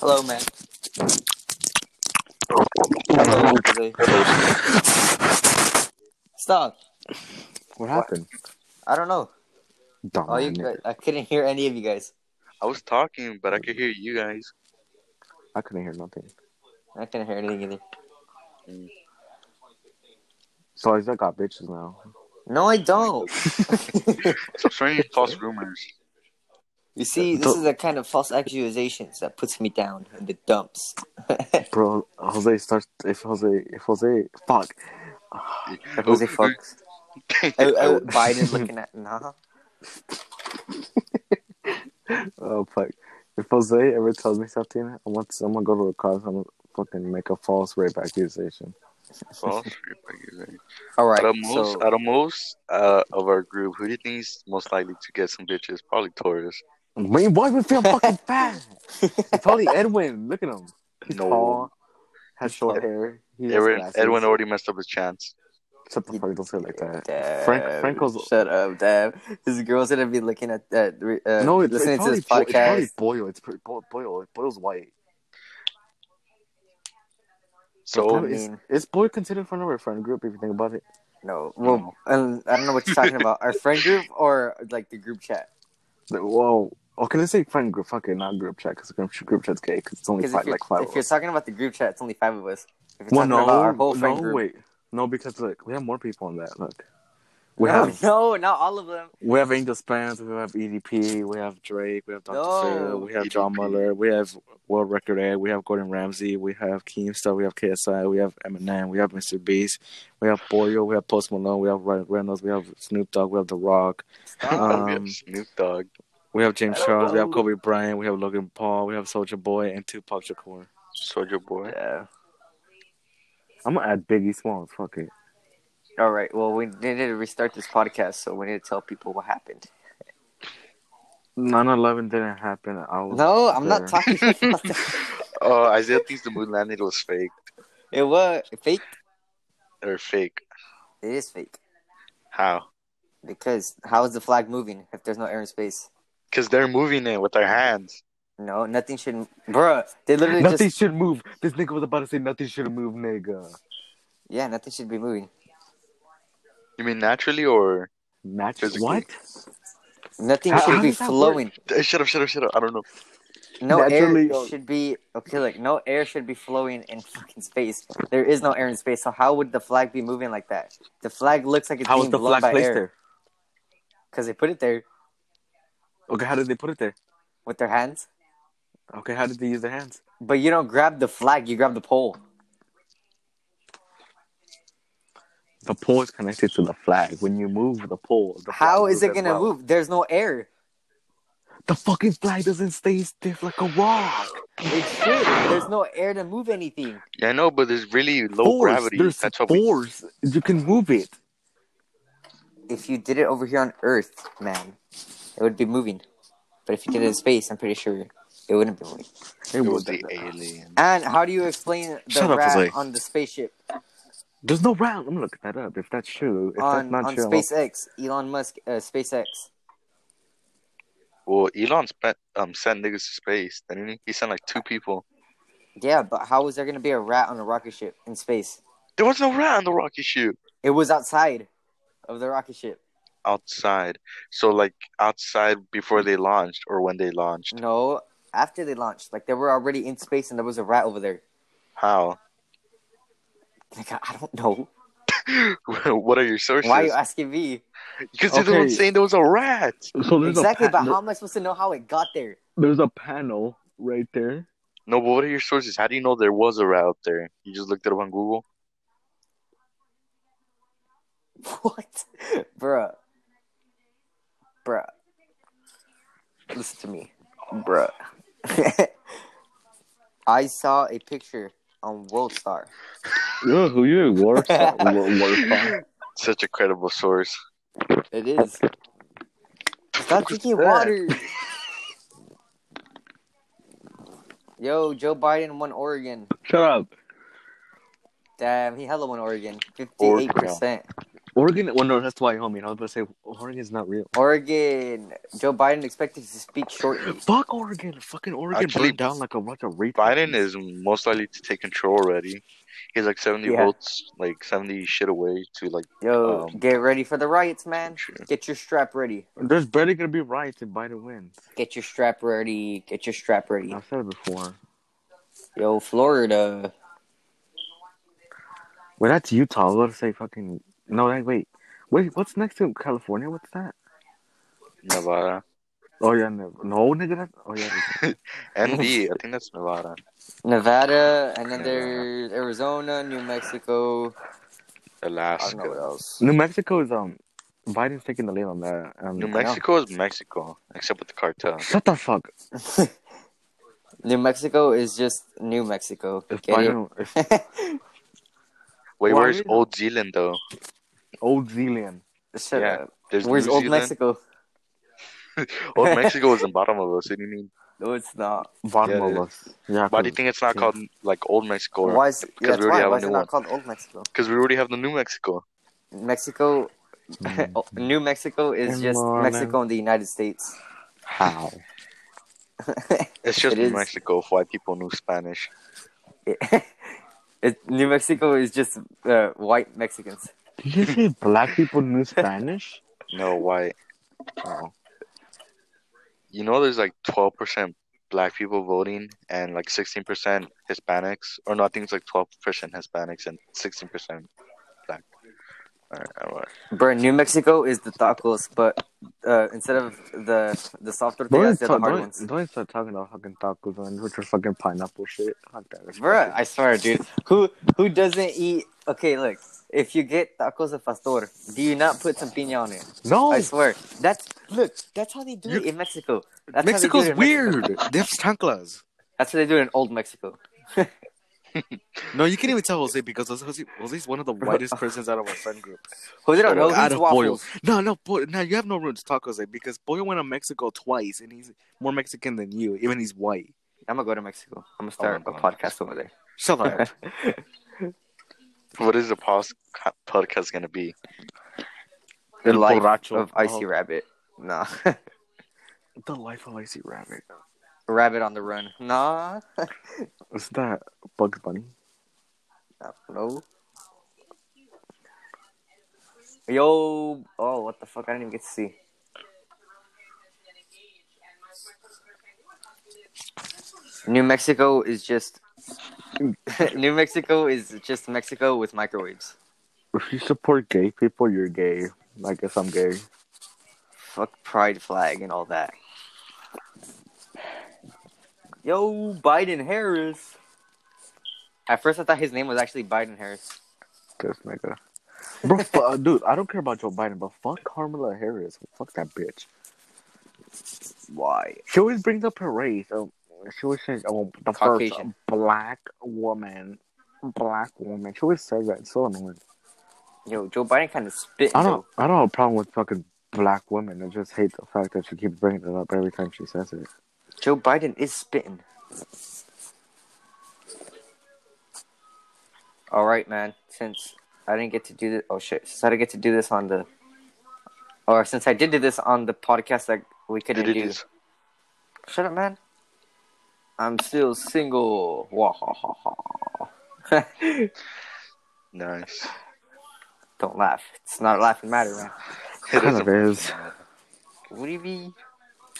Hello, man. Hello, Jose. Stop. What happened? I don't know. Dumb. All Oh, you guys, I couldn't hear any of you guys. I was talking, but I could hear you guys. I couldn't hear nothing. I couldn't hear anything either. So Isaac got bitches now. No, I don't. Stop spreading false rumors. you see, this is the kind of false accusations that puts me down in the dumps. Bro, Jose starts. If Jose. If Jose. Fuck. Jose fucks. Oh, oh, Biden looking at nah. Oh, fuck. If Jose ever tells me something, I want to, I'm gonna go to the cops. I'm gonna fucking make a false rape accusation. False rumors. All Out right, of most, so out of most uh, of our group, who do you think is most likely to get some bitches? Probably Taurus. Man, why would feel fucking fat? It's probably Edwin. Look at him. He's No. tall, has short hair. He has Edwin, glasses. Edwin already messed up his chance. Shut the fuck! Don't say it like that. Dab. Frank Franco's. shut up, Dab. This girl's gonna be looking at that. Uh, no, it's, listening it's to this probably Bo- it's probably podcast. Boyle. It's pretty Bo- Boyle. Boyle's white. I So mean- Is, is Boyle considered for another friend group if you think about it? No, well, um, I don't know what you're talking about. Our friend group or like the group chat? Like, whoa. Oh, can I say friend group? Fuck it, not group chat because group, group chat's gay because it's only Because if, five, you're, like five if of you're us. talking about the group chat, it's only five of us. If you're Well, talking about our no, whole friend no, group, wait, no, because look, we have more people on that. Look, we no, have no, not all of them. we have Angel Spence, we have EDP, we have Drake, we have Dr. No. E Phil, we have EDP. John Muller, we have World Record Ed, we have Gordon Ramsay, we have Keemstar, we have KSI, we have Eminem, we have Mr. Beast, we have Boyo, we have Post Malone, we have Ryan Reynolds, we have Snoop Dogg, we have The Rock, we have um, Snoop Dogg. we have James I don't Charles, we have know. Kobe Bryant, we have Logan Paul, we have Soulja Boy, and Tupac Shakur. Soldier Uh, Boy. Yeah. I'm gonna add Biggie Smalls. Fuck it. All right. Well, we needed to restart this podcast, so we need to tell people what happened. 9/11 didn't happen. I was No, I'm there. not talking about that. Oh, Isaiah thinks the moon landing was fake It was fake. or fake. It is fake How? because how is the flag moving if there's no air and space? Because they're moving it with their hands. No, nothing should. Bruh, they literally Nothing just should move. This nigga was about to say nothing should move, nigga. yeah, nothing should be moving. You mean naturally or? Matches Physically. what? Nothing How- should how be does that work? flowing. Uh, Shut up! Shut up! Shut up! I don't know. No Naturally, air uh, should be okay. Like no air should be flowing in fucking space. There is no air in space. So how would the flag be moving like that? The flag looks like it's How was being the blown flag by placed air there? because they put it there Okay, how did they put it there? with their hands. Okay, how did they use their hands? But you don't grab the flag. You grab the pole. The pole is connected to the flag. When you move the pole, the flag How is moves it as gonna well. move? There's no air. The fucking flag doesn't stay stiff like a rock. It should. There's no air to move anything. Yeah, I know, but there's really low force. gravity. There's That's how we- force. You can move it. If you did it over here on Earth, man, it would be moving. But if you did it in space, I'm pretty sure it wouldn't be moving. It it was was the alien. And how do you explain the Shut up, rat Jose. on the spaceship? There's no round. Let me look that up. If that's true, if on, that's not on true, SpaceX, Elon Musk, uh, SpaceX. Well, Elon spent um sent niggas to space. Didn't he? He sent like two people. Yeah, but how was there going to be a rat on a rocket ship in space? There was no rat on the rocket ship It was outside of the rocket ship. outside. So like outside before they launched or when they launched. No, after they launched, like they were already in space and there was a rat over there. How? Like, I I don't know. what are your sources? Why are you asking me? Because you're the one Okay. saying there was a rat. Well, so Exactly, but how am I supposed to know how it got there? there's a panel right there. No, but what are your sources? How do you know there was a rat out there? You just looked it up on Google. What? Bruh. Bruh. Listen to me. Bruh. I saw a picture on WorldStar. Yeah, who you war? Such a credible source. It is. Stop drinking that? water. Yo, Joe Biden won Oregon. Shut up. Damn, he hella won Oregon. Oregon. Fifty-eight percent. Oregon. Well, no, that's Wyoming. I was about to say Oregon's not real. Oregon. Joe Biden expected to speak shortly. Fuck Oregon. Fucking Oregon Actually, burned down like a bunch of rapists. Biden is most likely to take control already. He's like 70 Yeah. votes, like 70 shit away to like. Yo, Um, get ready for the riots, man. Sure. Get your strap ready. There's barely gonna be riots if Biden wins. Get your strap ready. Get your strap ready. I've said it before. Yo, Florida. Well, that's Utah. I was about to say fucking. No, that, wait. Wait, what's next to California? What's that? Nevada. Oh yeah, no, no nigga. That's, oh yeah, that's- ND, I think that's Nevada. Nevada, and then Yeah. there's Arizona, New Mexico. I don't know what Alaska. else. New Mexico is um. Biden's taking the lead on that. Um, New I know. Mexico is Mexico, except with the cartel. Shut the fuck. New Mexico is just New Mexico. If Get it? Biden, if Why Wait, where's not? Old Zealand though? old Zealand. Shut Yeah. up. There's uh, Where's New Old Zealand. Mexico? Old Mexico is the bottom of us. What do you mean? No, it's not. Bottom Yeah, of yeah. us. Yeah. Why do you think it's not Yeah. called like Old Mexico? Or, Hmm. Why is, yeah, we that's already why. have a Why is it new not one. called Old Mexico? Because we already have the New Mexico. Mexico, Mm. Oh, New Mexico is In just Lorna. Mexico and the United States. How? It's just It New is. Mexico. If white people knew Spanish. It, it, New Mexico is just uh, white Mexicans. Did you say black people knew Spanish? No white. Oh. You know, there's like 12% black people voting and like 16% Hispanics, or no, I think it's like 12% Hispanics and 16% black. All right, all right. Bro, New Mexico is the tacos, but uh, instead of the the soft Don't, tortillas, even they're talk, the hard don't, ones. don't even start talking about fucking tacos and with your fucking pineapple shit. Fuck that. It's Bruh, fucking- I swear, dude. Who who doesn't eat? Okay, look. If you get tacos de pastor, do you not put some piña on it? no, I swear. That's look. That's how they do it You- in Mexico. That's how they do it Mexico's in Mexico. weird. They have chanclas. That's how they do it in old Mexico. No, you can't even tell Jose because Jose, Jose's one of the whitest persons out of our friend group. Who they don't know out eats of waffles. Boyle. No, no, Boyle, no, you have no room to talk Jose because Boyle went to Mexico twice and he's more Mexican than you, even he's white. I'm gonna go to Mexico. I'm gonna start Oh, a my God. podcast over there. Shut up. What is the pos- podcast going to be? The El life borracho. of Icy Oh. Rabbit. Nah. the life of Icy Rabbit. Rabbit on the run. Nah. Is that Bugs Bunny? no. Yo. Oh, what the fuck? I didn't even get to see. New Mexico is just. New Mexico is just Mexico with microwaves. If you support gay people, you're gay. I guess I'm gay. Fuck pride flag and all that. Yo, Biden Harris. At first, I thought his name was actually Biden Harris. This nigga. Bro, fu- uh, dude, I don't care about Joe Biden, but fuck Kamala Harris. Fuck that bitch. Why? She always brings up her race. Um, she always says, "Oh, the Caucasian. first black woman, black woman." She always says that. It's so annoying. Yo, Joe Biden kind of spit. I don't. I don't have a problem with fucking black women. I just hate the fact that she keeps bringing it up every time she says it. Joe Biden is spitting. All right, man. Since I didn't get to do this, oh shit! Since I didn't get to do this on the, or since I did do this on the podcast that we couldn't Did it do. is- Shut up, man. I'm still single. Wah, ha, ha, ha. Nice. Don't laugh. It's not a laughing matter, man. It kind is of a- is. What do you mean?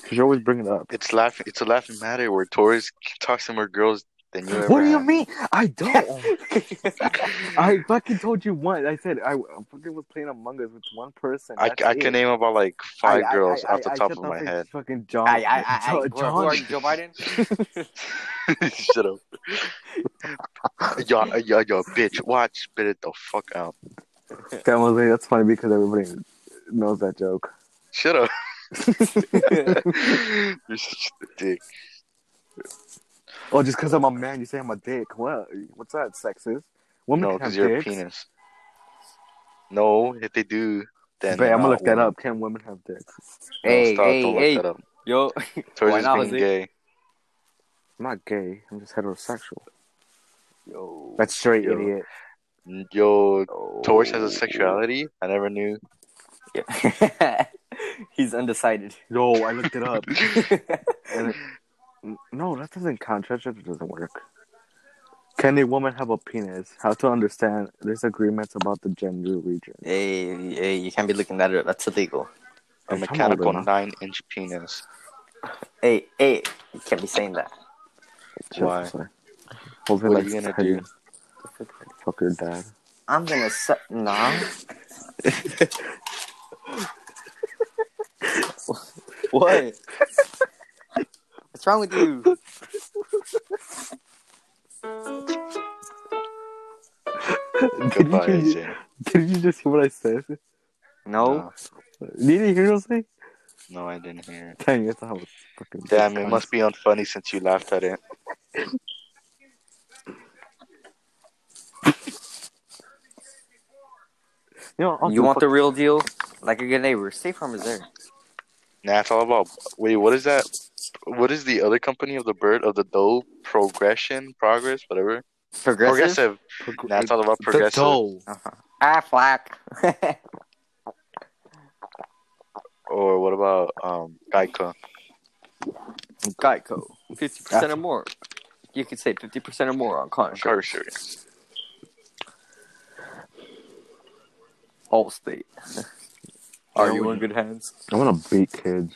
She always brings it up. It's laughing. It's a laughing matter where Torres talks to more girls than you ever. What do you have. mean? I don't. I fucking told you once. I said I, I fucking was playing Among Us with one person. I, That's I it. can name about like five I- I- girls I- off the I- I top shut of the my fuck- head. Fucking John. I, I, I, I, Jo- who, who are you, Joe Biden? Shut up. Yo, yo, yo, bitch, watch, spit it the fuck out. That was like, that's funny because everybody knows that joke. Shut up. You're such a dick. Oh, just because I'm a man, you say I'm a dick. What? What's that? Sexist? Women no, can have because you're dicks. a penis. No, if they do, then. Babe, I'm not gonna look that women. up. Can women have dicks? No, hey, stop, hey, don't look hey. that up. Yo, Torres Why is not, being Jose? gay. I'm not gay. I'm just heterosexual. yo. That's straight, Yo. idiot. Yo, Oh. Torch has a sexuality I never knew. Yeah. He's undecided. Yo, I looked it up. And it- no, that doesn't count. That doesn't work. Can a woman have a penis? How to understand disagreements about the gender region? Hey, hey, you can't be looking that up. That's illegal. Hey, come A on, mechanical Bruno. nine inch penis. Hey, hey, you can't be saying that. Why? Hold What are you gonna do? Fuck your dad. I'm gonna suck. Nah. what? What's wrong with you? Did Goodbye, you, AJ. did you just hear what I said? No. No, Did you hear what I said? no, I didn't hear it. Dang, I thought I was fucking. Damn, it must be unfunny since you laughed at it. You, know, I'll You do want fuck- the real deal? Like a good neighbor. State Farm is there. Nah, it's all about. Wait, what is that? What is the other company of the bird of the doe? Progression, progress, whatever. Progressive. Progressive. Nah, it's all about The progressive. dough. Ah, flack. Or what about um Geico? Geico. Fifty percent or more. You could say fifty percent or more on car Car insurance. insurance. Allstate. Are you in good hands? I want to beat kids.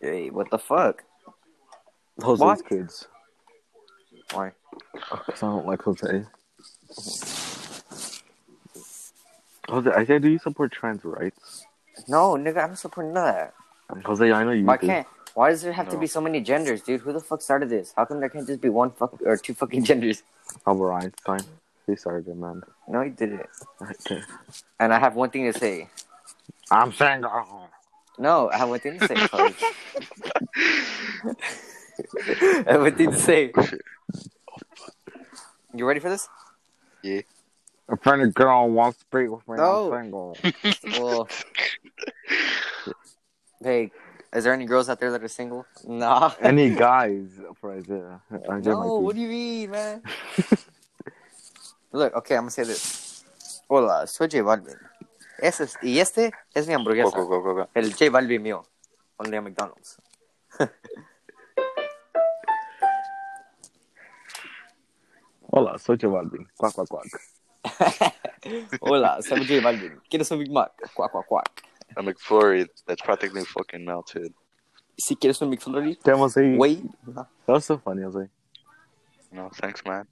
Hey, what the fuck? Jose's What? kids. Why? Cause I don't like Jose. Jose, I said, do you support trans rights? No, nigga, I'm supporting that. Jose, I know you Why do. can't? Why does there have to No. be so many genders, dude? Who the fuck started this? How come there can't just be one fuck or two fucking genders? Albert Einstein. He started it, man. No, he didn't. And I have one thing to say. I'm single. No, I have one thing to say. Chloe. I have one thing to say. You ready for this? A friend of girl wants to speak with me. No. I'm single. Well, hey, is there any girls out there that are single? Nah. Any guys for Isaiah? Isaiah No, might be- what do you mean, man? Look, okay, I'm gonna say this. Hola, soy J Balvin. Ese es- y este es mi Go, hamburguesa. go, go, go, go. El J Balvin mío. Only at McDonald's. Hola, soy Giovanni. Quack, quack, quack. Hola, soy J Balvin. ¿Quieres un Big Mac? Cuac, cuac, cuac. A McFlurry that's practically fucking melted. Si quieres un McFlurry, Damn, Jose. güey. That was so funny, Jose. No, thanks, man.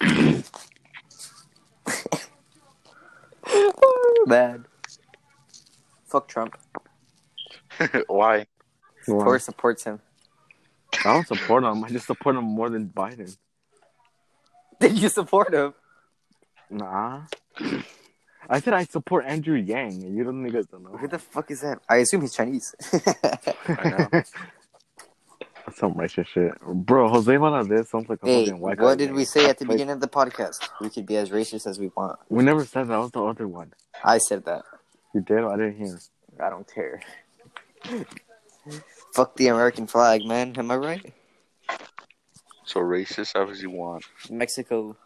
Bad. Fuck Trump. Why? Wow. Tor supports him. I don't support him. I just support him more than Biden. Did you support him? Nah. I said I support Andrew Yang, and you don't niggas don't know. Who the fuck is that? I assume he's Chinese. I know. Some racist shit. Bro, Jose Valadez sounds like a hey, fucking white what guy did name. we say at the Like- beginning of the podcast? We could be as racist as we want. We never said that. That was the other one. I said that. You did? I didn't hear. I don't care. fuck the American flag, man. Am I right? So racist as you want. Mexico.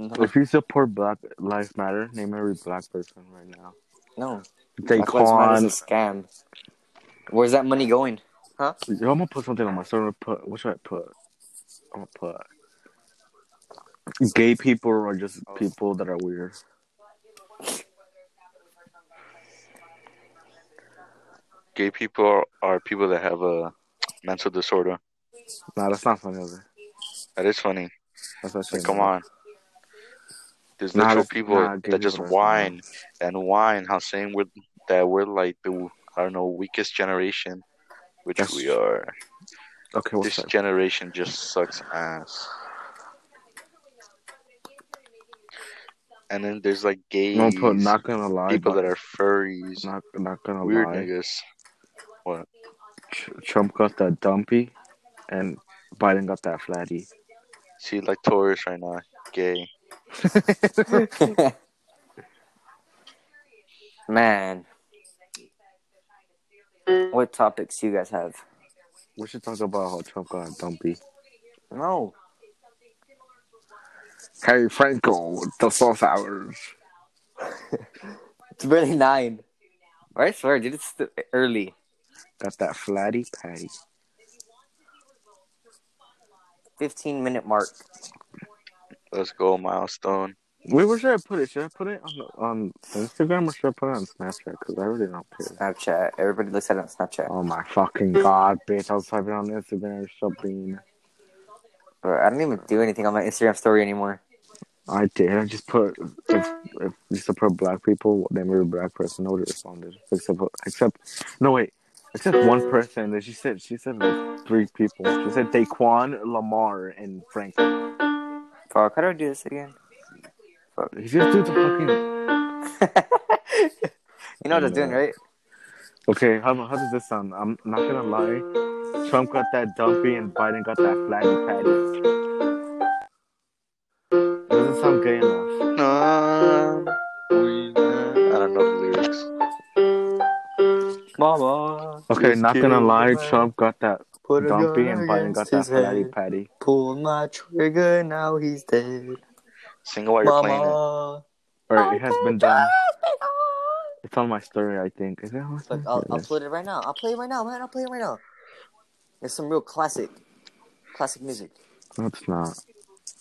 No. If you support Black Lives Matter, name every black person right now. no. Black Lives Matter Daquan. is a scam. Where's that money going? Yo, I'm gonna put something on my story. I'm gonna Put what should I put? I'm gonna put gay people or just people that are weird. Gay people are, are people that have a mental disorder. Nah, that's not funny. Jose. That is funny. That's not Like, funny. come on. There's Nah, literal that's- people nah, gay that just people are- whine and whine how saying we're that we're like the I don't know weakest generation, which That's- we are. Okay, what's this that? generation just sucks ass. And then there's like gays, I'm gonna put not gonna lie. people but that are furries, not not gonna weird lie. niggas. Tr- Trump got that dumpy, and Biden got that flatty. See, like Taurus right now, gay. Man. What topics do you guys have? We should talk about how Trump got a dumpy. No. Hey Franco, the sauce hours. It's barely nine. I swear, dude, it's still early. Got that flatty patty. 15 minute mark. Let's go, milestone. Wait, where should I put it? Should I put it on the- on Instagram or should I put it on Snapchat? Because I really don't care. Snapchat. Everybody looks at it on Snapchat. Oh my fucking god, bitch! I was typing on Instagram or something. Bro, I don't even do anything on my Instagram story anymore. I did. I just put if if you support black people, then every black person already responded. Except except no wait, except one person. that She said she said like three people. She said Daquan, Lamar, and Frank. Fuck, how do I do this again? He just did the fucking. you know what I was doing, right? Okay, how how does this sound? I'm not gonna lie. Trump got that dumpy and Biden got that flaggy patty. It doesn't sound gay enough. Um, we- I don't know the lyrics. Mama. Okay, just not gonna kidding. lie. Trump got that Put a dumpy gun and Biden got against his that head. flaggy patty. Pulled my trigger, now he's dead. Sing Oh, it while you're playing it. Mama. Alright, it has been done. It's on my story, I think. Is it on my Look, story? I'll, Yeah, I'll it is. play it right now. I'll play it right now, man. I'll play it right now. It's some real classic, classic music. No, it's not.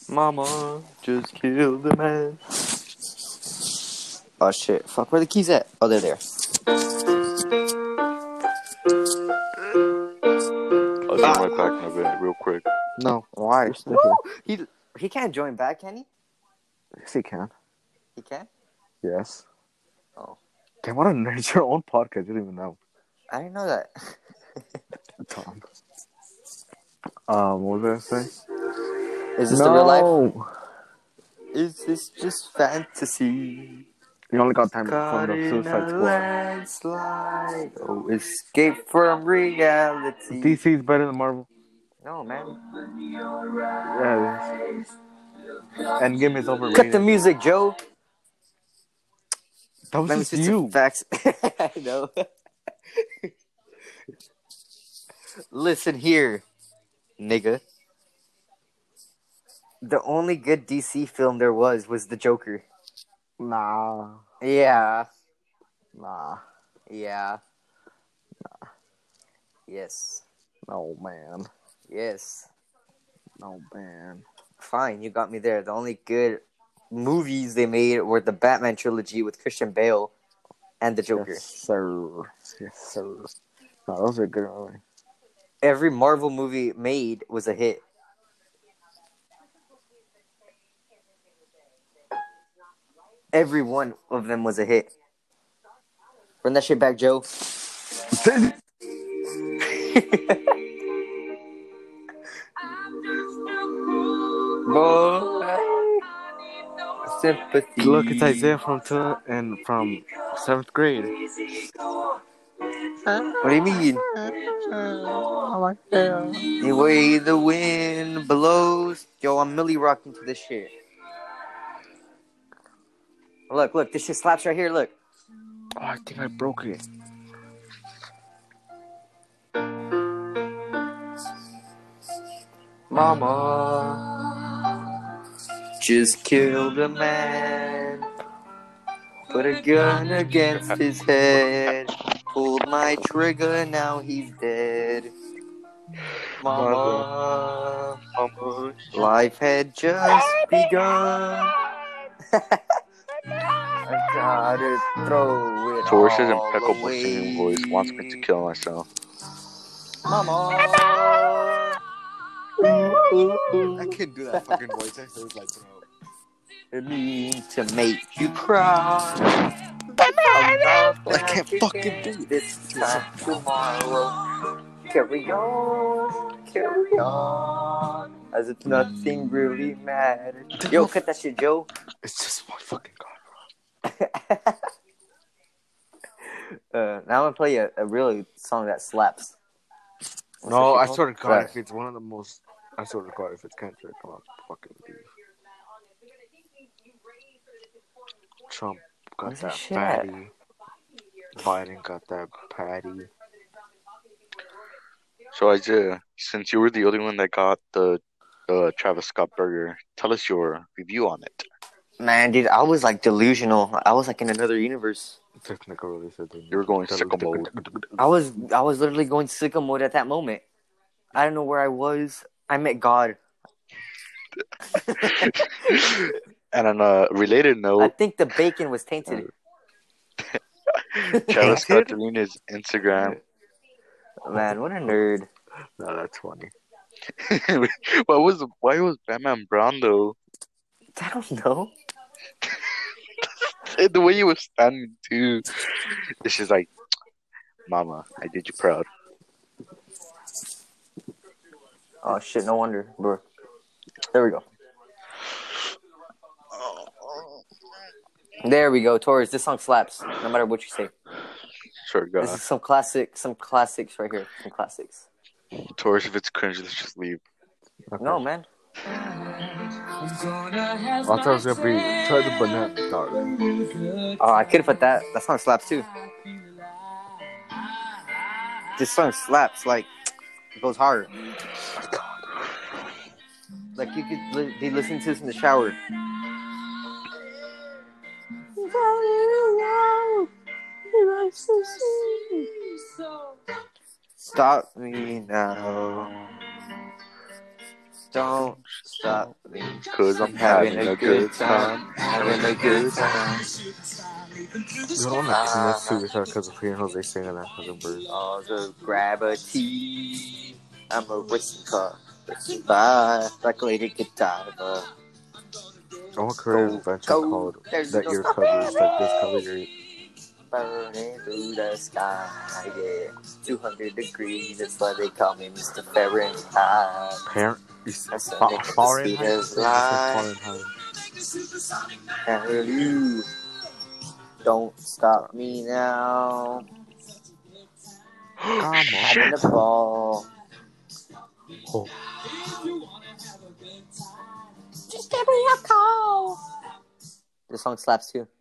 Mama just killed the man. Oh shit! Fuck, where the keys at? Oh, they're there. I'll join right back in a bit, real quick. No. Why? It's still here. He he can't join back, can he? Yes, you can. He can. Yes. Oh. They want to nerd your own podcast. You don't even know. I didn't know that. Tom. Um, what was I gonna say? Is this the real life? life? Is this just fantasy? You only got time to Caught fund the in Suicide a Squad. landslide. Oh, escape from reality. DC is better than Marvel. No, man. Yeah, it is. Endgame is overrated. Cut the music, Joe. that Let me was see just some you. facts. I know. Listen here, nigga. The only good DC film there was was The Joker. Nah. Yeah. Nah. Yeah. Yes. No, man. Yes. No, man. Fine, you got me there. The only good movies they made were the Batman trilogy with Christian Bale and The Joker. Yes, sir. Yes, sir. No, those are good. Really. Every Marvel movie made was a hit. Every one of them was a hit. Run that shit back, Joe. Boy. Sympathy. Look, it's Isaiah from t- and from seventh grade. What do you mean? The way the wind blows. Yo, I'm Millie rocking to this shit. Look, look, this shit slaps right here. Look. Oh, I think I broke it. Mama just killed a man. Put a gun against his head. Pulled my trigger, now he's dead. Mama, life had just begun. I gotta throw it Torres's all impeccable singing away. voice wants me to kill myself. Mama. I can do that fucking voice. I heard like, bro. I mean to make you cry. I can't fucking do it. This time tomorrow. Carry on, carry on. As if nothing really mattered. Yo, cut that shit, Joe. It's just one fucking god. Uh, now I'm gonna play a, a really song that slaps. What's no, that I shit swear to God, called? if it's one of the most, I swear to God, if it's cancer, come on, fucking leave. Trump got Where's that that shit at? patty. Biden got that patty. So Isaiah, since you were the only one that got the the Travis Scott burger. Tell us your review on it. Man, dude, I was like delusional. I was like in another universe. Technical release. of the- You were going sicko mode. I was I was literally going sicko mode at that moment. I don't know where I was. I met God. and on a related I note, think the bacon was tainted. Travis Scott deleted his Instagram. Oh, Man, what a nerd. No, that's funny. what was why was Batman Brown though? I don't know. The way he was standing too. It's just like, Mama, I did you proud. Oh shit, no wonder, bro. There we go. There we go, Torres. This song slaps, no matter what you say. Sure, This God. is some classic, some classics right here. Some classics. Taurus, if it's cringe, let's just leave. No, man. I thought it was gonna be try the banana. No, Oh, I could have put that. That song slaps too. This song slaps. Like, it goes hard. Like you could li- be listening to this in the shower. Stop me now. Don't stop me. Cause I'm having, a good time. Having a good time. you don't want to commit suicide because of Free and Jose singing that for the birds. All the gravity. I'm a racing car. Bye. Like Lady Godiva. I want a career Go, adventure go. called There's that no your stopping covers that this cover your Burning through the sky. Yeah. 200 degrees. That's why they call me Mr. Fahrenheit. parent. It's That's fa- the next Fahrenheit. speed This is is light. Fahrenheit. And you. Don't stop me now. Come on. Having a ball. Oh. This song slaps too.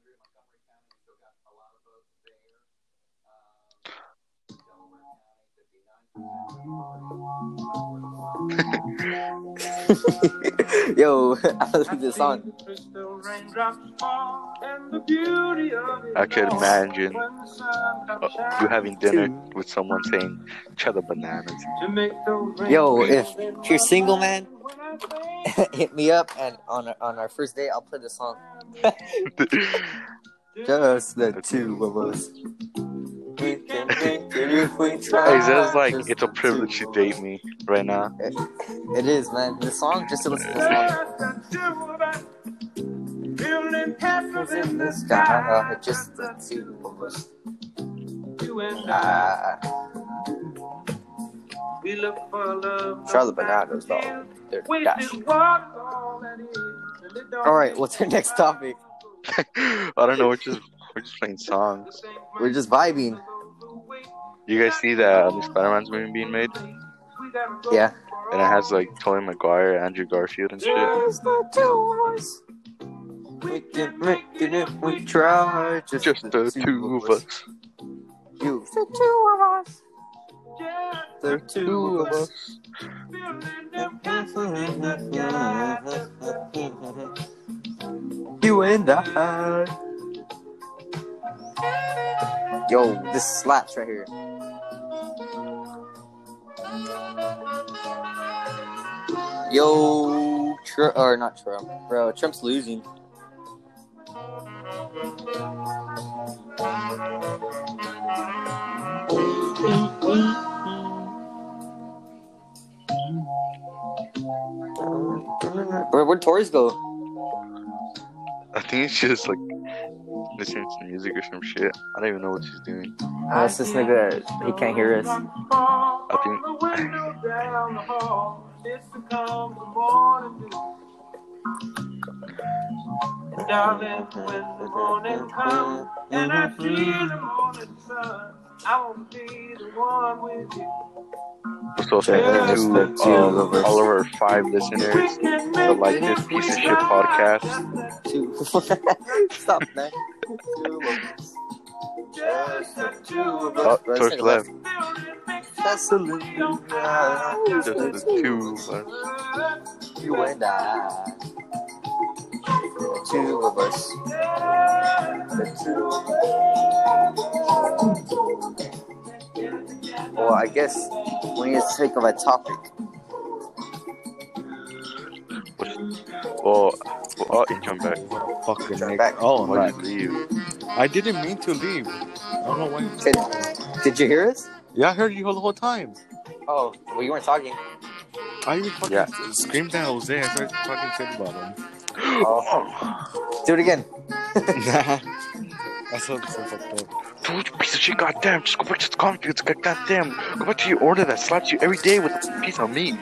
Yo, I like this song. I could imagine uh, you having dinner with someone saying, try the bananas. Yo, if if you're single, man, hit me up, and on our, on our first date, I'll play this song. Just the two of us. We can make it if we try. It's just like, Ah, Just it's a the privilege two to of date us. me right now. It is, man. The song, just to listen to the song. Cause in the sky, just the two of us. Ah, We look for love. Charlotte Bananas, though. They're dash. All All right, what's our next topic? I don't know, we're just, we're just playing songs. We're just vibing. You guys see that new Spider-Man's movie being made? Yeah. And it has like Tobey Maguire, Andrew Garfield, and shit. Just the two of us. We can make it if we try. Just, Just the two of us. You. The two of us. The two of us. You and I. Yo, this slaps right here. Yo, Tr- or not Trump, bro. Trump's losing. Where where'd Tories go? I think it's just like listening to music or some shit. I don't even know what she's doing. Oh, it's this nigga. He can't hear us. I think And I see the morning sun. I won't be the one with you. so thank Just you the to two of um, us. all of our five listeners that like this piece of shit podcast. Two. Stop, man. Two of us. Just the two of us. Oh, Torch left. Building makes hustling. Just the two of us. You and I. The two of us. The two of us. Well, I guess we need to think of a topic. Well, well, oh, you come back. Fucking Turn Nick. back. Oh, I'm Why back. did you leave? I didn't mean to leave. I don't know why. Did, did you hear us? Yeah, I heard you the whole time. Oh, well, you weren't talking. I even fucking Yeah. screamed at Jose. I started fucking shit about him. Oh. Do it again. Nah. That's what so fucked up. Dude, you piece of shit, goddamn. Just go back to the convicts, god- goddamn. Go back to your order that slaps you every day with a piece of meat.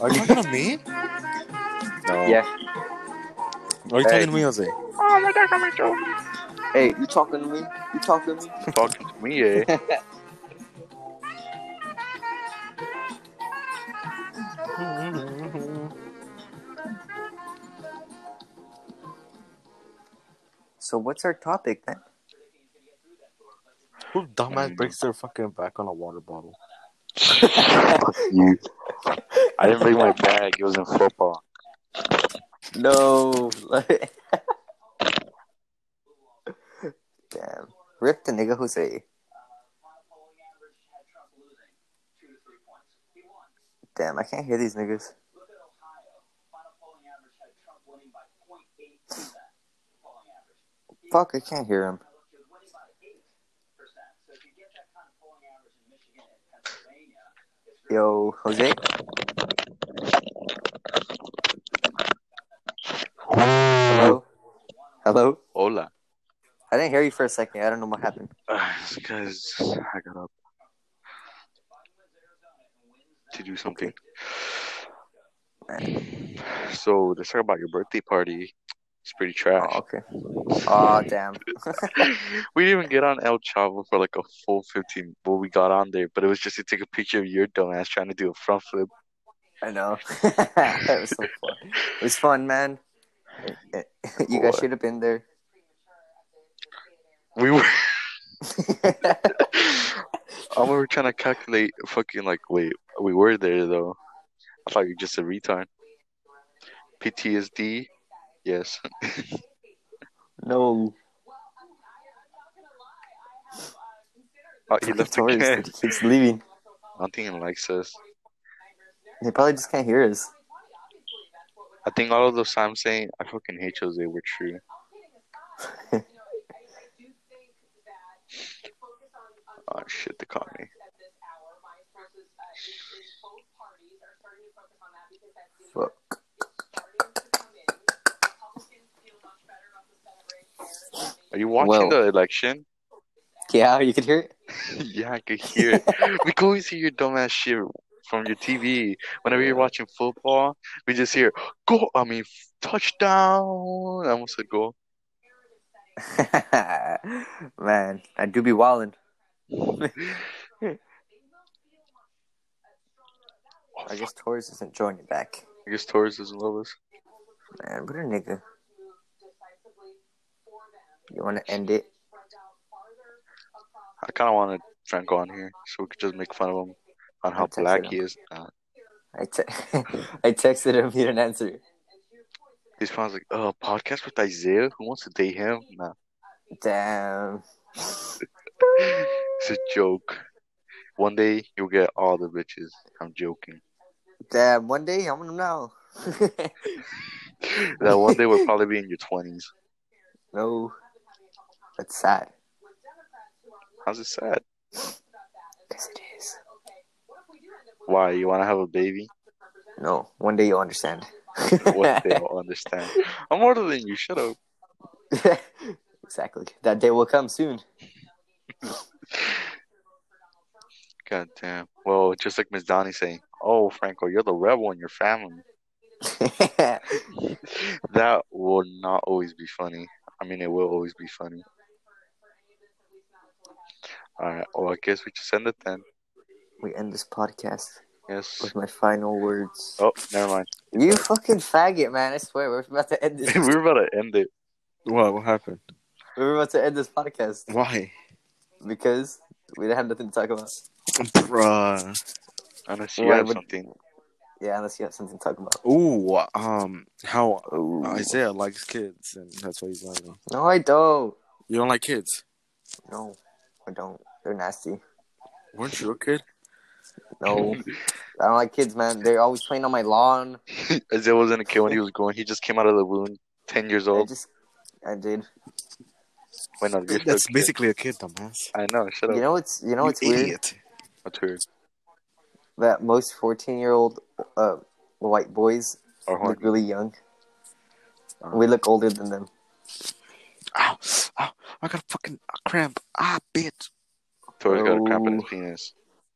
Are you talking to me? No. Yeah. Are you Hey. talking to me, Jose? Hey, you talking to me? You talking to me? Talking to me, eh? So what's our topic then? Who dumbass breaks their fucking back on a water bottle? you. I didn't bring my bag. It was in football. No. Damn. Rip the nigga Jose. Damn, I can't hear these niggas. Fuck, I can't hear him. Yo, Jose? Hello? Hello? Hola. I didn't hear you for a second. I don't know what happened. Because I got up to do something. So let's talk about your birthday party. It's pretty trash. Oh, okay. Aw, damn. we didn't even get on El Chavo for like a full 15. Well, we got on there, but it was just to take a picture of your dumbass trying to do a front flip. I know. that was so fun. It was fun, man. you guys Boy. should have been there. We were. Oh, we were trying to calculate fucking like wait, we were there though. I thought you were just a retard. PTSD, yes. no. Oh, he left Sorry, again. he keeps leaving. I don't think he likes us. He probably just can't hear us. I think all of those times saying I fucking hate Jose were true. Oh shit, they caught me. Fuck. Are you watching Well. the election? Yeah, you could hear it? yeah, I could hear it. we could always hear your dumbass shit from your TV. Whenever you're watching football, we just hear go. I mean, touchdown. I almost said goal. man, I do be wildin'. I guess Torres isn't joining back. I guess Torres doesn't love us. Man, what a nigga. You want to end it? I kind of wanted Franco on here so we could just make fun of him on how I'll text black him. he is. Uh, Nah, I, te- I texted him, he didn't answer. he's probably like, oh, podcast with Isaiah? Who wants to date him? Nah, Damn. it's a joke. One day you'll get all the bitches. I'm joking. Damn, one day I'm gonna know. That one day will probably be in your 20s. no. That's sad. How's it sad? Yes, it is. Why? You want to have a baby? No, one day you'll understand. What they'll understand. I'm older than you. Shut up. exactly. That day will come soon. God damn. Well, just like Miss Donnie saying, oh, Franco, you're the rebel in your family. that will not always be funny. I mean, it will always be funny. All right. Well, I guess we just end it then. we end this podcast Yes. with my final words. Oh, never mind. You fucking faggot, man! I swear, we're about to end this. we were about to end it. What? What happened? we're about to end this podcast Why? because We didn't have nothing to talk about. Bruh. Unless you Why have would- something. Yeah, unless you got something to talk about. Ooh, um, how Ooh. Isaiah likes kids, and that's why he's not. in. No, I don't. You don't like kids. No, I don't. They're nasty. Weren't you a kid? No, I don't like kids, man. They're always playing on my lawn. Isaiah wasn't a kid when he was growing. He just came out of the womb, ten years I old. just, I did. Why not? You're still That's a kid. basically a kid, dumbass. I know. Shut up. You know it's you know You it's weird idiot. That's weird. that most fourteen year old uh, white boys Or look horny. really young. Uh. We look older than them. Ow, ow, I got a fucking cramp. Ah, bitch. Torres got a cramp in his Oh. penis.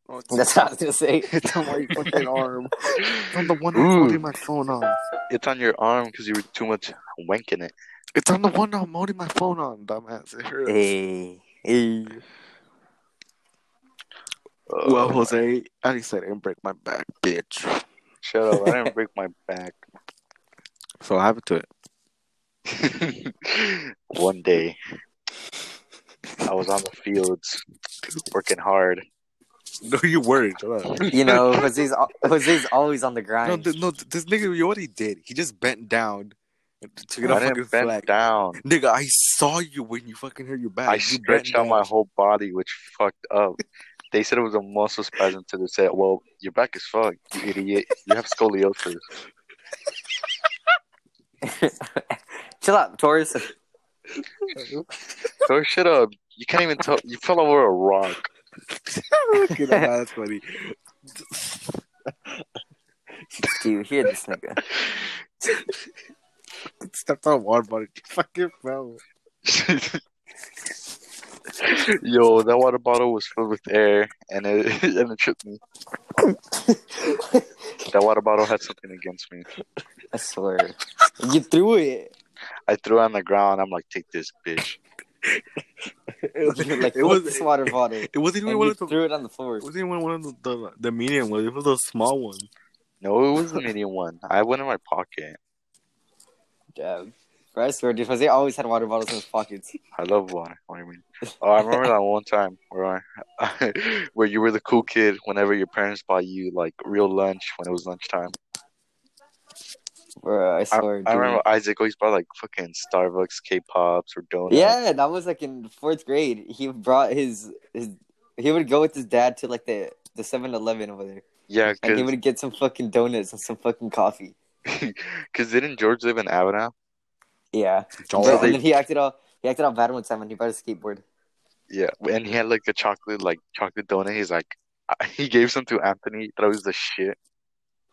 Oh, it's- That's what I was gonna say. it's on my fucking arm. It's on the one I'm Ooh. holding my phone on. It's on your arm because you were too much wanking it. It's on the one I'm holding my phone on, dumbass. It hurts. Hey, hey. Oh, Well, Jose, at least I didn't break my back, bitch. shut up! I didn't break my back. So I have it to it. One day, I was on the fields working hard. No, you worried. Shut up. You know, Jose's al- Jose's always on the No, grind. th- no, th- this nigga, you already did. He just bent down to get a I fucking didn't bend flag. down. Nigga, I saw you when you fucking hurt your back. I You bent stretched out down. my whole body, which fucked up. They said it was a muscle spasm. So they said, "Well, your back is fucked, you idiot. You have scoliosis." Chill out, Taurus. So shut up! You can't even tell. You fell over a rock. Okay, no, no, that's funny. Dude, hear this nigga. Stepped on water body. Fucking fell. Yo, that water bottle was filled with air, and it and it tripped me. That water bottle had something against me. I swear. You threw it. I threw it on the ground. I'm like, take this, bitch. It was You're like, it, what's was, this water bottle? it wasn't even And one you of the. threw it on the floor. It wasn't even one of the, the, the medium ones. It was those small ones. No, it wasn't any one. I went in my pocket. Damn. Bro, I swear, dude, Jose always had water bottles in his pockets. I love water. What do you mean? Oh, I remember that one time where I, where you were the cool kid whenever your parents bought you like real lunch when it was lunchtime. Bro, I I, swear, dude. I remember Isaac always bought like fucking Starbucks, K-pops, or donuts. Yeah, that was like in fourth grade. He brought his, his he would go with his dad to like the the 7-Eleven over there, yeah, and he because would get some fucking donuts and some fucking coffee. didn't George live in Avenel? Yeah, Jaws. Bro, they- and then he acted all he acted all bad one time, and he brought a skateboard. Yeah, and he had like a chocolate, like chocolate donut. He's like, he gave some to Anthony. That was the shit.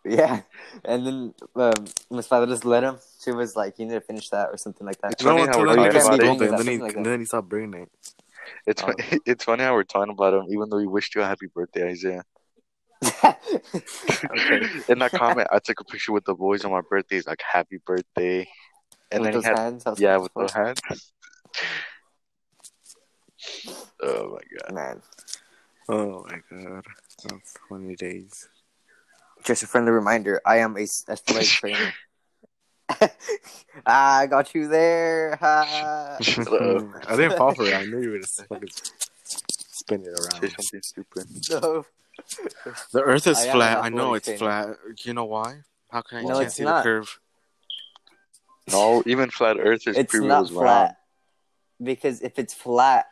Yeah, and then um, Miss Father just let him. She was like, "You need to finish that" or something like that. It's funny how we're no, you talking can't about be it. doing that, and then, he, something like and that. then he stopped bringing it. It's Oh. fu- it's funny how we're talking about him, even though we wished you a happy birthday, Isaiah. okay. In that comment, I took a picture with the boys on my birthday. He's like, happy birthday, and with then those he had hands, I was yeah like, with the hands. oh my god! man. Oh my god. That's 20 days. Just a friendly reminder: I am a s- athletic trainer. Ah, I got you there. Ha. Hello. I didn't fall for it. I knew you were just fucking spin it Say around. something stupid. no, The Earth is I am flat. an I know it's athletic flat. You know why? How can I No, can't it's see not. the curve? No, even flat earthers it's prove it not was wrong. flat. Because if it's flat,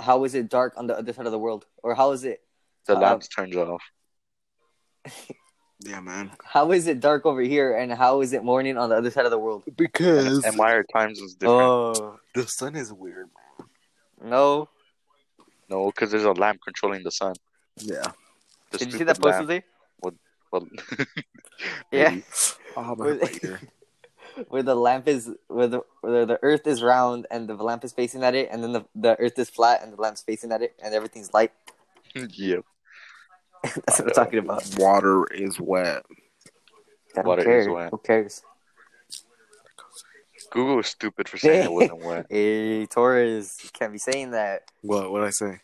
how is it dark on the other side of the world, or how is it The Uh, lamps turned off. Yeah, man. how is it dark over here, and how is it morning on the other side of the world? Because And why our times was different? Oh the sun is weird. no! No, because there's a lamp controlling the sun. Yeah. The Did you see stupid that post lamp. today? Well, Yeah. maybe. Oh, my Wait. later. where the lamp is where the where the earth is round and the lamp is facing at it and then the, the earth is flat and the lamp's facing at it and everything's light yeah. that's what i'm Uh, talking about Water is wet. I don't Water care. is wet. who cares Google was stupid for saying it wasn't wet. hey torres you can't be saying that What? What I say?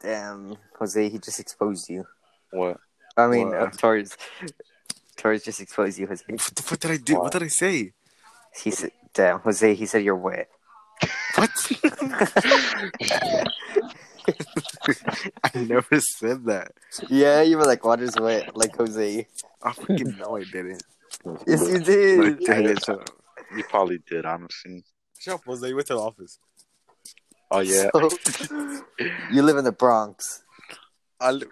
damn um, jose he just exposed you What? i mean Wow. uh, torres torres just exposed you jose What the fuck did I do? What, What? did I say? he said damn jose he said you're wet What? I never said that. Yeah, you were like water's wet, like Jose. I freaking know I didn't. Yes, you I did. didn't. Shut up. You probably did, honestly. Shut up, Jose. You went to the office. Oh yeah, So- you live in the Bronx. I li-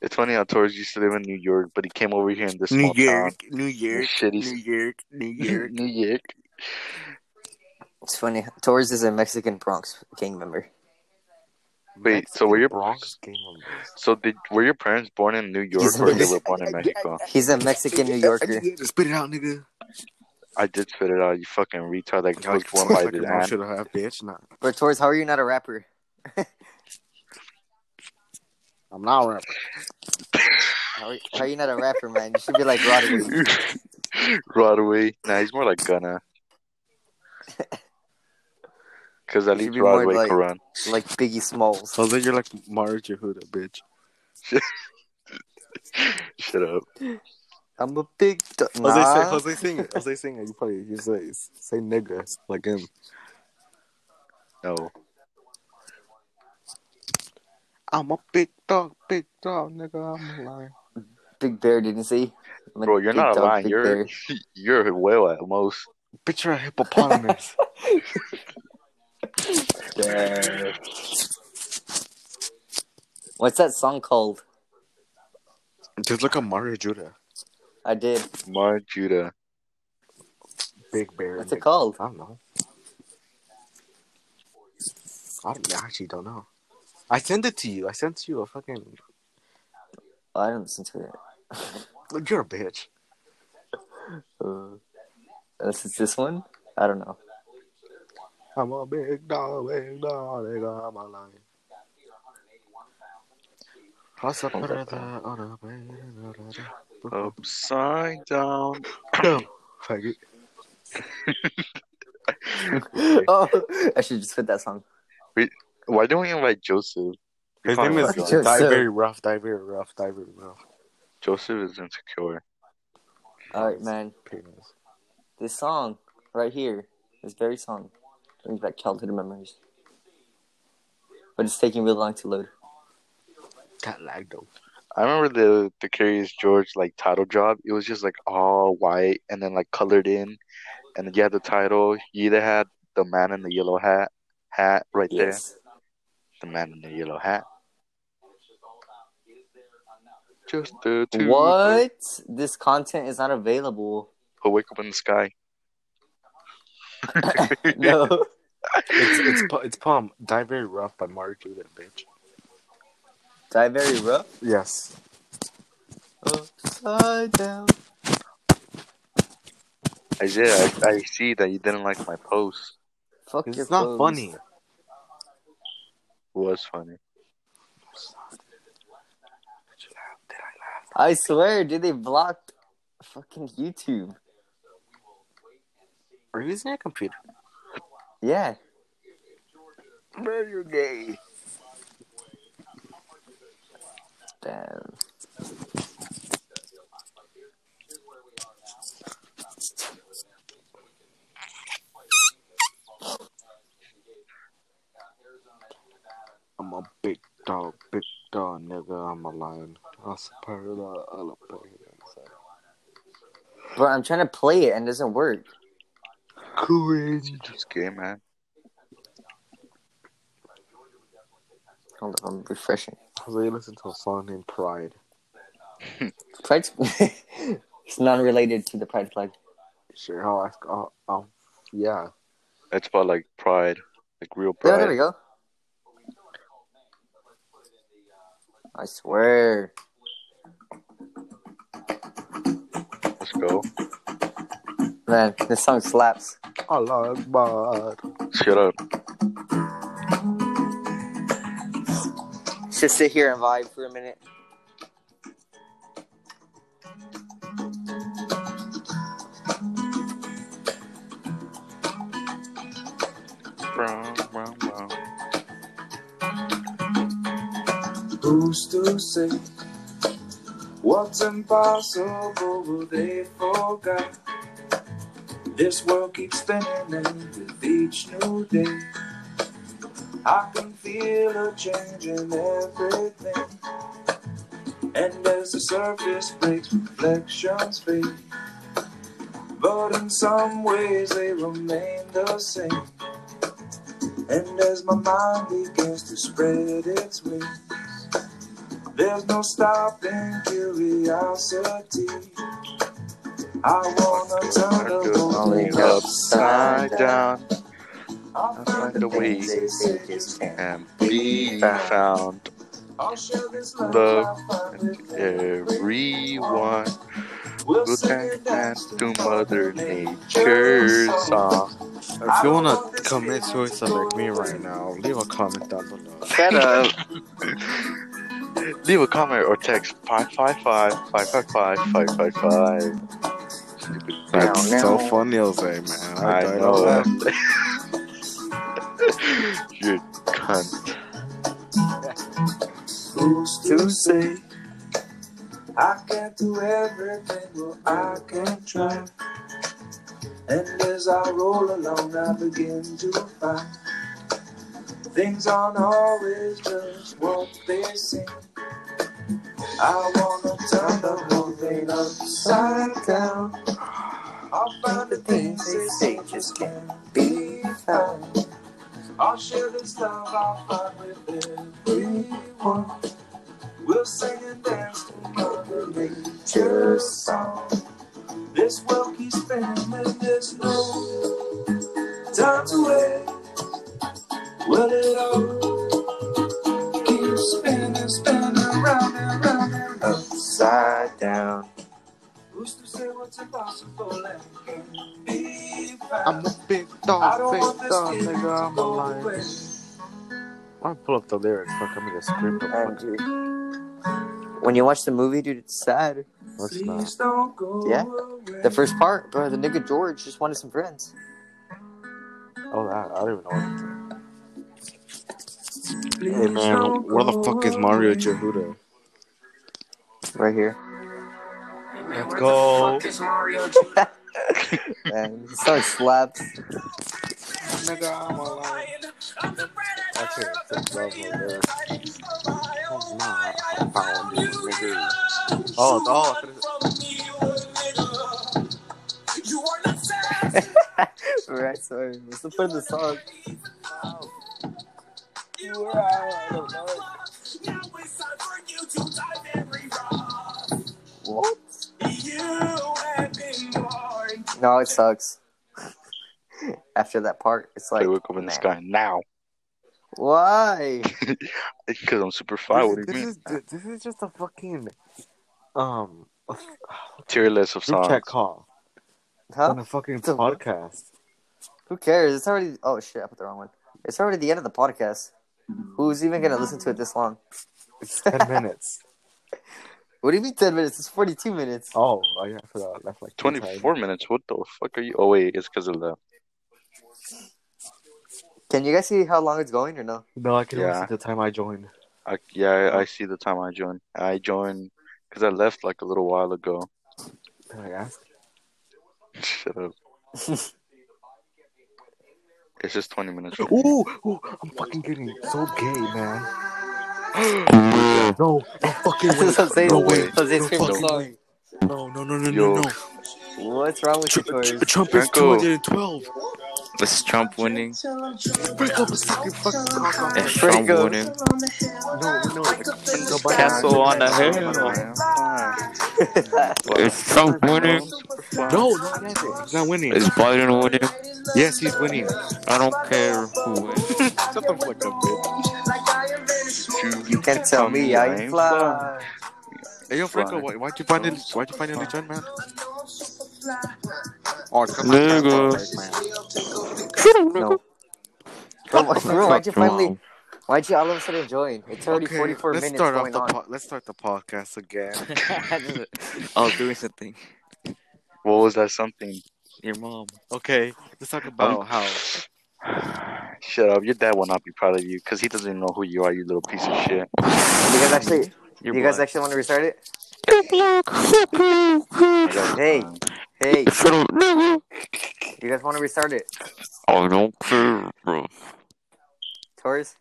it's funny how Torres used to live in New York, but he came over here in this New small town. York, New York, Shitty New York, New York. New York. It's funny. Torres is a Mexican Bronx gang member. Wait, so were your Bronx game on this. so did were your parents born in New York He's or a- they were born in Mexico? He's a Mexican New I Yorker. just- just Spit it out, nigga. I did spit it out. You fucking retard! Like Like, took one by fucking the mouth hand. should have, bitch. Nah, But Torres, how are you not a rapper? I'm not a rapper. How are, how are you not a rapper, man? You should be like Roddy. Rodaway. Nah, he's more like Gunna. Because at He should least be more Rodaway like- can run. like Biggie Smalls. Jose, you're like Mario Jehuda, bitch. Shut up. I'm a big. Do- Jose, say, nah. Jose sing it. Jose sing it. You probably you say say nigga like him. No. I'm a big dog, big dog, nigga. I'm a lion. Big Bear didn't see. I'm a Bro, you're big not a dog, lion. Big You're Bear. you're a whale at most. Bitch, you're a hippopotamus. What's that song called? Just look at Mario Judah. I did. Mar Judah. Big bear. What's it nigga. called? I don't know. I, don't, I actually don't know. I sent it to you. I sent you a fucking. I don't listen to it. Look, You're a bitch. Uh, this is this one. I don't know. I'm a big dog, big dog, nigga. I'm a lion. How's up? Hold up. Faggot. Upside down. oh, I should just fit that song. Why don't we invite Joseph? We His call name him is Joseph. Die Very Rough, Die Very Rough, Die Very Rough. Joseph is insecure. All right, man. Penis. This song right here, this very song, brings back childhood memories. But it's taking really long to load. Got lag though. I remember the the Curious George like title job. It was just like all white and then like colored in, and then you had the title. You either had the man in the yellow hat hat right Yes. there, the man in the yellow hat. Just the two. What? This content is not available. Who wake up in the sky? no. It's it's, pu- it's Palm. Die Very Rough by Mario Judith, bitch. Die very rough. Yes. Upside down. Isaiah, I, I see that you didn't like my post. Fuck your It's not clothes. funny. It was funny. I swear, dude, they blocked fucking YouTube. Are you using your computer? Yeah. Bro, you're gay. Damn. I'm a big dog, big dog, nigga. I'm a lion. I'll support it, I'll support it. Bro, I'm trying to play it and it doesn't work. Courage. Just gay, man. Hold on, I'm refreshing. Jose listened to a song named Pride. Pride. it's non related to the Pride flag. Sure, I'll ask. I'll, I'll, uh, um, yeah. That's about like pride, like real Yeah, there we pride. go. I swear. Let's go. Man, this song slaps. Allah Akbar. Shut up. Just sit here and vibe for a minute. Brown, brown, brown. Who's to say what's impossible they forgot? This world keeps spinning with each new day. I can feel a change in everything. And as the surface breaks, reflections fade. But in some ways, they remain the same. And as my mind begins to spread its wings, there's no stopping curiosity. I wanna turn the Falling world upside down I'll find find a the way. ways they say just can't. and be found I'll share this Love love I find with everyone. We'll Look sing at that and dance to Mother Nature's Nature's song. song. If you wanna commit suicide like me right now, leave a comment down below. Shut up. Leave a comment or text 555 555 555. Stupid. That's Meow, so meow. funny, Jose, man. I, I died know of that. that. you cunt. Who's to say I can't do everything, well, I can try. And as I roll along, I begin to find things aren't always just what they seem. I wanna turn the whole thing upside down. I'll find the things they say just can't be found. I'll share this love I'll find with everyone. We'll sing and dance to Mother Nature's song. This world keeps spinning and there's no time to wait. Well, it all keeps spinning, spinning round and round and round. Upside down. Who's to say what's impossible and can be I'm found? a big I dog, don't big want this dog, feeling nigga. to I'm go alive. away. I'm gonna pull up the lyrics. Fuck, I'm gonna scream the And fuck. dude, when you watch the movie, dude, it's sad. No, it's not. Please don't go Yeah. away. The first part, bro, the nigga George just wanted some friends. Oh, that, I don't even know. Please Hey, man, don't where the go fuck is Mario away. Jehuda? Right here. Let's go. And he starts slaps. Nigga, I'm alive. I can't think of my lyrics. Oh, nah, I found you, nigga. Oh, oh, right, sorry. What's the point of the song? What? No, it sucks. After that part, it's like. Play Wake Up in the man, Sky now. Why? Because I'm super fly. What do you this, mean? is, this, is, this is just a fucking um Tier list of group songs. chat call Huh? on a fucking It's a- podcast. Who cares? It's already. Oh shit! I put the wrong one. It's already the end of the podcast. Who's even gonna listen to it this long? It's ten minutes. What do you mean ten minutes? It's forty-two minutes. Oh, I yeah, I forgot. That's like two times. 24 minutes. What the fuck are you? Oh, wait. It's because of the. Can you guys see how long it's going or no? No, I can only Yeah. see the time I joined. I, yeah, I, I see the time I joined. I joined because I left like a little while ago. Can I ask? Shut up. it's just 20 minutes. Ooh, ooh, I'm fucking getting so gay, man. no, no fucking way. That's what I'm saying. No way. That's what I'm saying. No Scream the fucking song. way. No, no, no, no, Yo. no, no. What's wrong with you, Tr- tr- Taurus? Trump is Franco. 212. Was Trump winning? Break up his fucking fucking cock off. If Franco. Trump wouldn't, No, no. Nobody- Castle on the hill. Is Trump winning? No, no, it isn't. He's not winning. Is Biden winning? Yes, he's winning. I don't care who wins. Shut the fuck up, bitch. You can't tell me I ain't fly. Hey, yo, Franco, why, why'd you finally, why'd you finally join, man? Oh, come on. Nigga. No. Bro, why- bro, why'd you Fuck finally? wrong. Why'd you all of a sudden join? It's already forty-four let's minutes start off going the on. po- let's start the podcast again. oh, I was doing something. What was that something? Your mom. Okay, let's talk about how Shut up. Your dad will not be proud of you because he doesn't even know who you are, you little piece of shit. you guys actually, You're you guys black. actually want to restart it? Yeah, Hey, fine. hey, Shut up, nigga. you guys want to restart it? I don't care, bro. Taurus,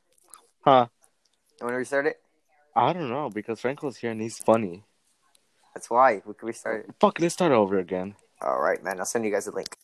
Huh? You want to restart it? I don't know because Franco's here and he's funny. That's why. We can restart it. Fuck, let's start over again. All right, man. I'll send you guys a link.